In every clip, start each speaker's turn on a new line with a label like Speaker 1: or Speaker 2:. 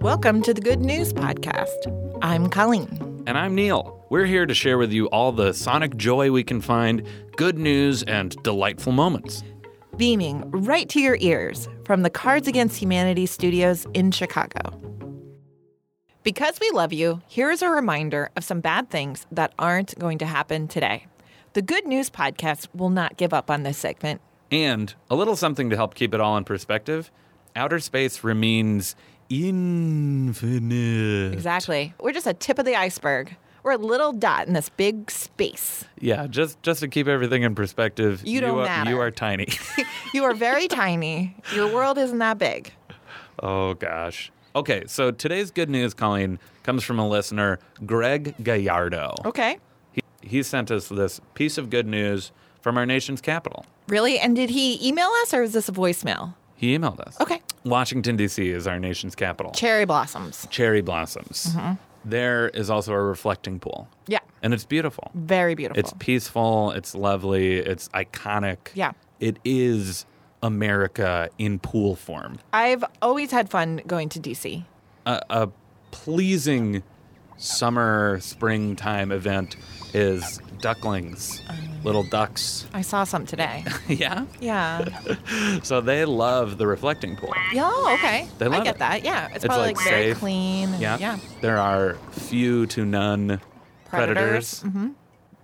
Speaker 1: Welcome to the Good News Podcast. I'm Colleen.
Speaker 2: And I'm Neil. We're here to share with you all the sonic joy we can find, good news, and delightful moments.
Speaker 1: beaming right to your ears from the Cards Against Humanity studios in Chicago. Because we love you, here is a reminder of some bad things that aren't going to happen today. The Good News Podcast will not give up on this segment.
Speaker 2: And a little something to help keep it all in perspective outer space remains infinite.
Speaker 1: Exactly. We're just a tip of the iceberg. We're a little dot in this big space.
Speaker 2: Yeah, just, just to keep everything in perspective,
Speaker 1: You don't
Speaker 2: are,
Speaker 1: matter.
Speaker 2: You are tiny.
Speaker 1: You are very tiny. Your world isn't that big.
Speaker 2: oh, gosh. Okay, so today's good news, Colleen, comes from a listener, Greg Gallardo.
Speaker 1: Okay.
Speaker 2: He, he sent us this piece of good news from our nation's capital.
Speaker 1: Really? And did he email us or was this a voicemail?
Speaker 2: He emailed us.
Speaker 1: Okay.
Speaker 2: Washington, D.C. is our nation's capital.
Speaker 1: Cherry blossoms.
Speaker 2: Cherry blossoms. There is also a reflecting pool.
Speaker 1: Mm-hmm. Yeah.
Speaker 2: And it's beautiful.
Speaker 1: Very beautiful.
Speaker 2: It's peaceful. It's lovely. It's iconic.
Speaker 1: Yeah.
Speaker 2: It is America in pool form.
Speaker 1: I've always had fun going to DC.
Speaker 2: A, a pleasing summer, springtime event is ducklings,
Speaker 1: Uh.
Speaker 2: little ducks.
Speaker 1: I saw some today.
Speaker 2: yeah.
Speaker 1: Yeah.
Speaker 2: So they love the reflecting pool.
Speaker 1: Yeah. Okay.
Speaker 2: They
Speaker 1: I
Speaker 2: love
Speaker 1: get
Speaker 2: it.
Speaker 1: that. Yeah. It's,
Speaker 2: It's,
Speaker 1: probably
Speaker 2: like,
Speaker 1: very
Speaker 2: safe.
Speaker 1: clean. and-
Speaker 2: Yeah.
Speaker 1: Yeah.
Speaker 2: There are few to none predators. Mm-hmm.
Speaker 1: Predators. Mhm.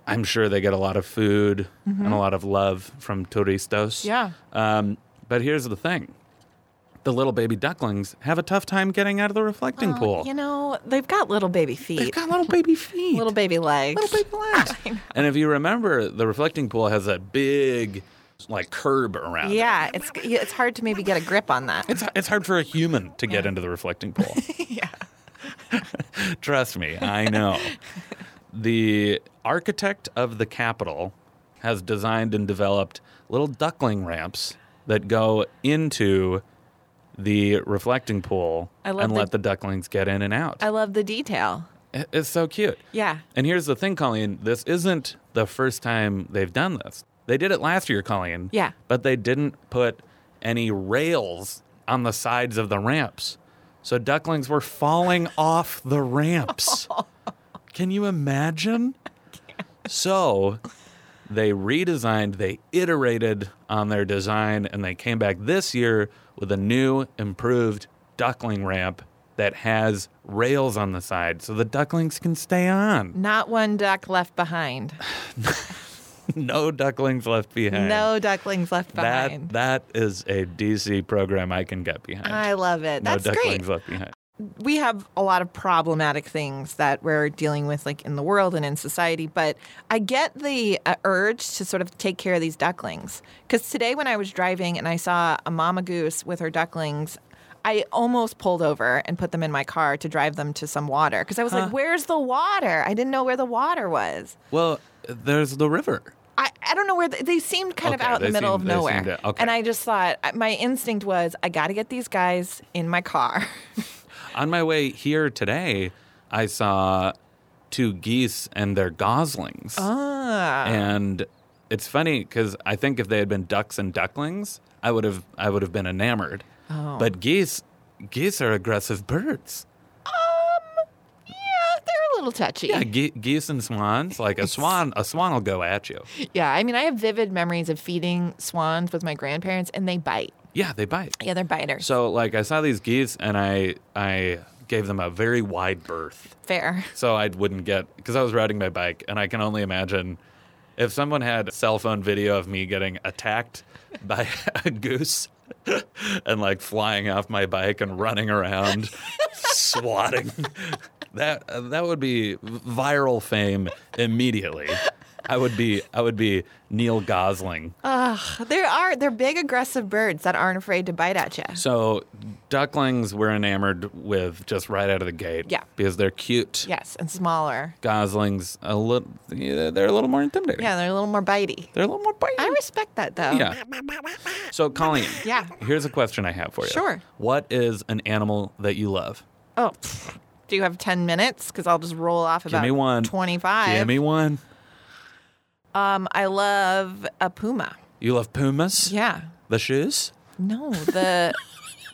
Speaker 2: I'm sure they get a lot of food and a lot of love from turistas.
Speaker 1: Yeah.
Speaker 2: Um, but here's the thing the little baby ducklings have a tough time getting out of the reflecting
Speaker 1: Uh,
Speaker 2: pool.
Speaker 1: You know, they've got little baby feet,
Speaker 2: They've got little baby feet.
Speaker 1: little baby legs.
Speaker 2: Little baby legs. and if you remember, the reflecting pool has a big, like, curb around it.
Speaker 1: Yeah. It's yeah, it's hard to maybe get a grip on that.
Speaker 2: It's, it's hard for a human to get into the reflecting pool.
Speaker 1: yeah.
Speaker 2: Trust me, I know. the architect of the Capitol has designed and developed little duckling ramps that go into the reflecting pool
Speaker 1: I love
Speaker 2: and
Speaker 1: the-
Speaker 2: let the ducklings get in and out.
Speaker 1: I love the detail.
Speaker 2: It- it's so cute.
Speaker 1: Yeah.
Speaker 2: And here's the thing, Colleen this isn't the first time they've done this. They did it last year, Colleen.
Speaker 1: Yeah.
Speaker 2: But they didn't put any rails on the sides of the ramps. So ducklings were falling off the ramps. Can you imagine? So they redesigned, they iterated on their design, and they came back this year with a new, improved duckling ramp that has rails on the side so the ducklings can stay on.
Speaker 1: Not one duck left behind.
Speaker 2: No ducklings left behind.
Speaker 1: No ducklings left
Speaker 2: That,
Speaker 1: behind.
Speaker 2: that is a DC program I can get behind.
Speaker 1: I love it.
Speaker 2: no
Speaker 1: That's
Speaker 2: ducklings
Speaker 1: great.
Speaker 2: left behind.
Speaker 1: we have a lot of problematic things that we're dealing with like in the world and in society but i get the uh, urge to sort of take care of these ducklings because today when i was driving and i saw a mama goose with her ducklings i almost pulled over and put them in my car to drive them to some water because i was like where's the water i didn't know where the water was
Speaker 2: Well, there's the river.
Speaker 1: I, I don't know where they, they seemed kind
Speaker 2: Okay,
Speaker 1: of out in
Speaker 2: they
Speaker 1: the middle
Speaker 2: seemed-
Speaker 1: of
Speaker 2: they
Speaker 1: nowhere.
Speaker 2: seemed to- okay.
Speaker 1: And I just thought, uh, my instinct was, I got to get these guys in my car.
Speaker 2: On my way here today, I saw two geese and their goslings.
Speaker 1: Ah.
Speaker 2: And it's funny because I think if they had been ducks and ducklings, I would have I would have been enamored.
Speaker 1: Oh.
Speaker 2: But geese geese are aggressive birds.
Speaker 1: Yeah, they're a little touchy.
Speaker 2: Yeah,
Speaker 1: Yeah.
Speaker 2: ge- geese and swans. Like a swan, a swan will go at you.
Speaker 1: I mean, I have vivid memories of feeding swans with my grandparents, and they bite.
Speaker 2: Yeah, they bite.
Speaker 1: Yeah, they're biters.
Speaker 2: So like I saw these geese and I I gave them a very wide berth.
Speaker 1: Fair.
Speaker 2: so I wouldn't get because I was riding my bike, and I can only imagine if someone had cell phone video of me getting attacked by a goose and like flying off my bike and running around, swatting. That that would be viral fame immediately. I would be I would be Neil Gosling.
Speaker 1: There are they're big aggressive birds that aren't afraid to bite at you.
Speaker 2: So ducklings we're enamored with just right out of the gate.
Speaker 1: Yeah.
Speaker 2: Because they're cute.
Speaker 1: Yes, and smaller.
Speaker 2: Goslings a little they're a little more intimidating.
Speaker 1: Yeah, they're a little more bitey.
Speaker 2: They're a little more
Speaker 1: I
Speaker 2: biting.
Speaker 1: respect that though.
Speaker 2: Yeah. So, Colleen.
Speaker 1: Yeah.
Speaker 2: Here's a question I have for you.
Speaker 1: Sure.
Speaker 2: What is an animal that you love?
Speaker 1: Oh, pfft. do you have ten minutes? Because I'll just roll off about
Speaker 2: me one.
Speaker 1: twenty-five.
Speaker 2: Give me one.
Speaker 1: Um, I love a puma.
Speaker 2: You love pumas?
Speaker 1: Yeah.
Speaker 2: The shoes?
Speaker 1: No, the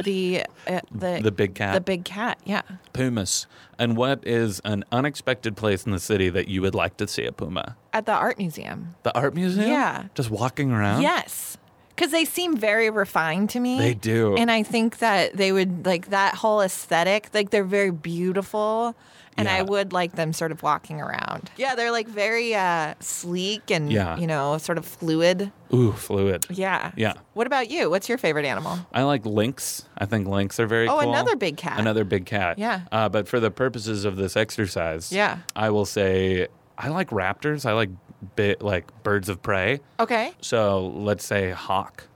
Speaker 1: the uh, the
Speaker 2: The big cat.
Speaker 1: the big cat. Yeah,
Speaker 2: Pumas. And what is an unexpected place in the city that you would like to see a puma?
Speaker 1: at the art museum.
Speaker 2: The art museum?
Speaker 1: Yeah.
Speaker 2: Just walking around?
Speaker 1: Yes. Because they seem very refined to me.
Speaker 2: They do.
Speaker 1: And I think that they would like that whole aesthetic, like they're very beautiful. And I
Speaker 2: Yeah.
Speaker 1: would like them sort of walking around. Yeah, they're like very uh, sleek and,
Speaker 2: Yeah.
Speaker 1: you know, sort of fluid.
Speaker 2: Ooh, fluid.
Speaker 1: Yeah.
Speaker 2: Yeah.
Speaker 1: What about you? What's your favorite animal?
Speaker 2: I like lynx. I think lynx are very
Speaker 1: Oh,
Speaker 2: cool.
Speaker 1: another big cat.
Speaker 2: Another big cat.
Speaker 1: Yeah.
Speaker 2: Uh, but for the purposes of this exercise,
Speaker 1: Yeah.
Speaker 2: I will say I like raptors. I like bi- like birds of prey.
Speaker 1: Okay.
Speaker 2: So let's say hawk.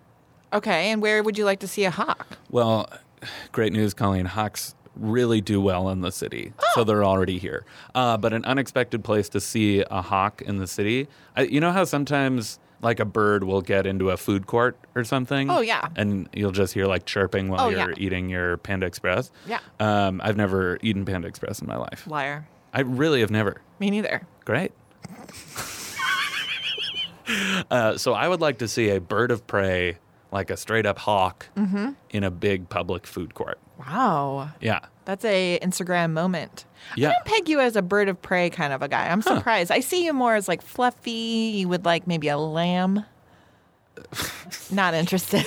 Speaker 1: Okay. And where would you like to see a hawk?
Speaker 2: Well, great news, Colleen. Hawks really do well in the city,
Speaker 1: Oh.
Speaker 2: so they're already here. Uh, but an unexpected place to see a hawk in the city. I, you know how sometimes like a bird will get into a food court or something.
Speaker 1: Oh, yeah.
Speaker 2: and you'll just hear like chirping while
Speaker 1: Oh,
Speaker 2: you're
Speaker 1: yeah.
Speaker 2: eating your Panda Express.
Speaker 1: Yeah.
Speaker 2: Um, I've never eaten Panda Express in my life.
Speaker 1: Liar.
Speaker 2: I really have never.
Speaker 1: Me neither.
Speaker 2: Great. uh, so I would like to see a bird of prey, like a straight up hawk,
Speaker 1: Mm-hmm.
Speaker 2: in a big public food court.
Speaker 1: Wow.
Speaker 2: Yeah.
Speaker 1: That's a Instagram moment.
Speaker 2: Yeah.
Speaker 1: I don't peg you as a bird of prey kind of a guy. I'm surprised. I see you more as like fluffy. You would like maybe a lamb. Not interested.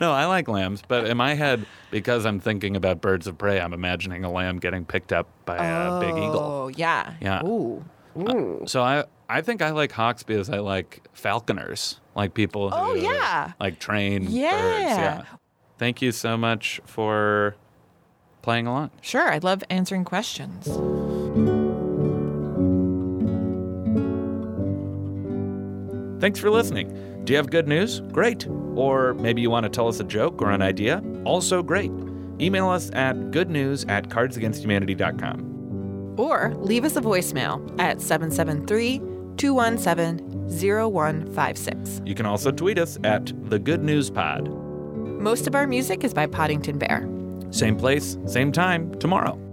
Speaker 2: No, I like lambs, but in my head, because I'm thinking about birds of prey, I'm imagining a lamb getting picked up by a big eagle.
Speaker 1: Oh yeah.
Speaker 2: Yeah.
Speaker 1: Ooh. Ooh.
Speaker 2: So I, I think I like hawks because I like falconers, like people who
Speaker 1: Oh, yeah.
Speaker 2: like train birds.
Speaker 1: Yeah.
Speaker 2: Yeah. Thank you so much for playing along.
Speaker 1: Sure. I love answering questions.
Speaker 2: Thanks for listening. Do you have good news? Great. Or maybe you want to tell us a joke or an idea? Also great. Email us at goodnews at cardsagainsthumanity.com.
Speaker 1: Or leave us a voicemail at 773-217-0156.
Speaker 2: You can also tweet us at the Good News Pod.
Speaker 1: Most of our music is by Poddington Bear.
Speaker 2: Same place, same time, tomorrow.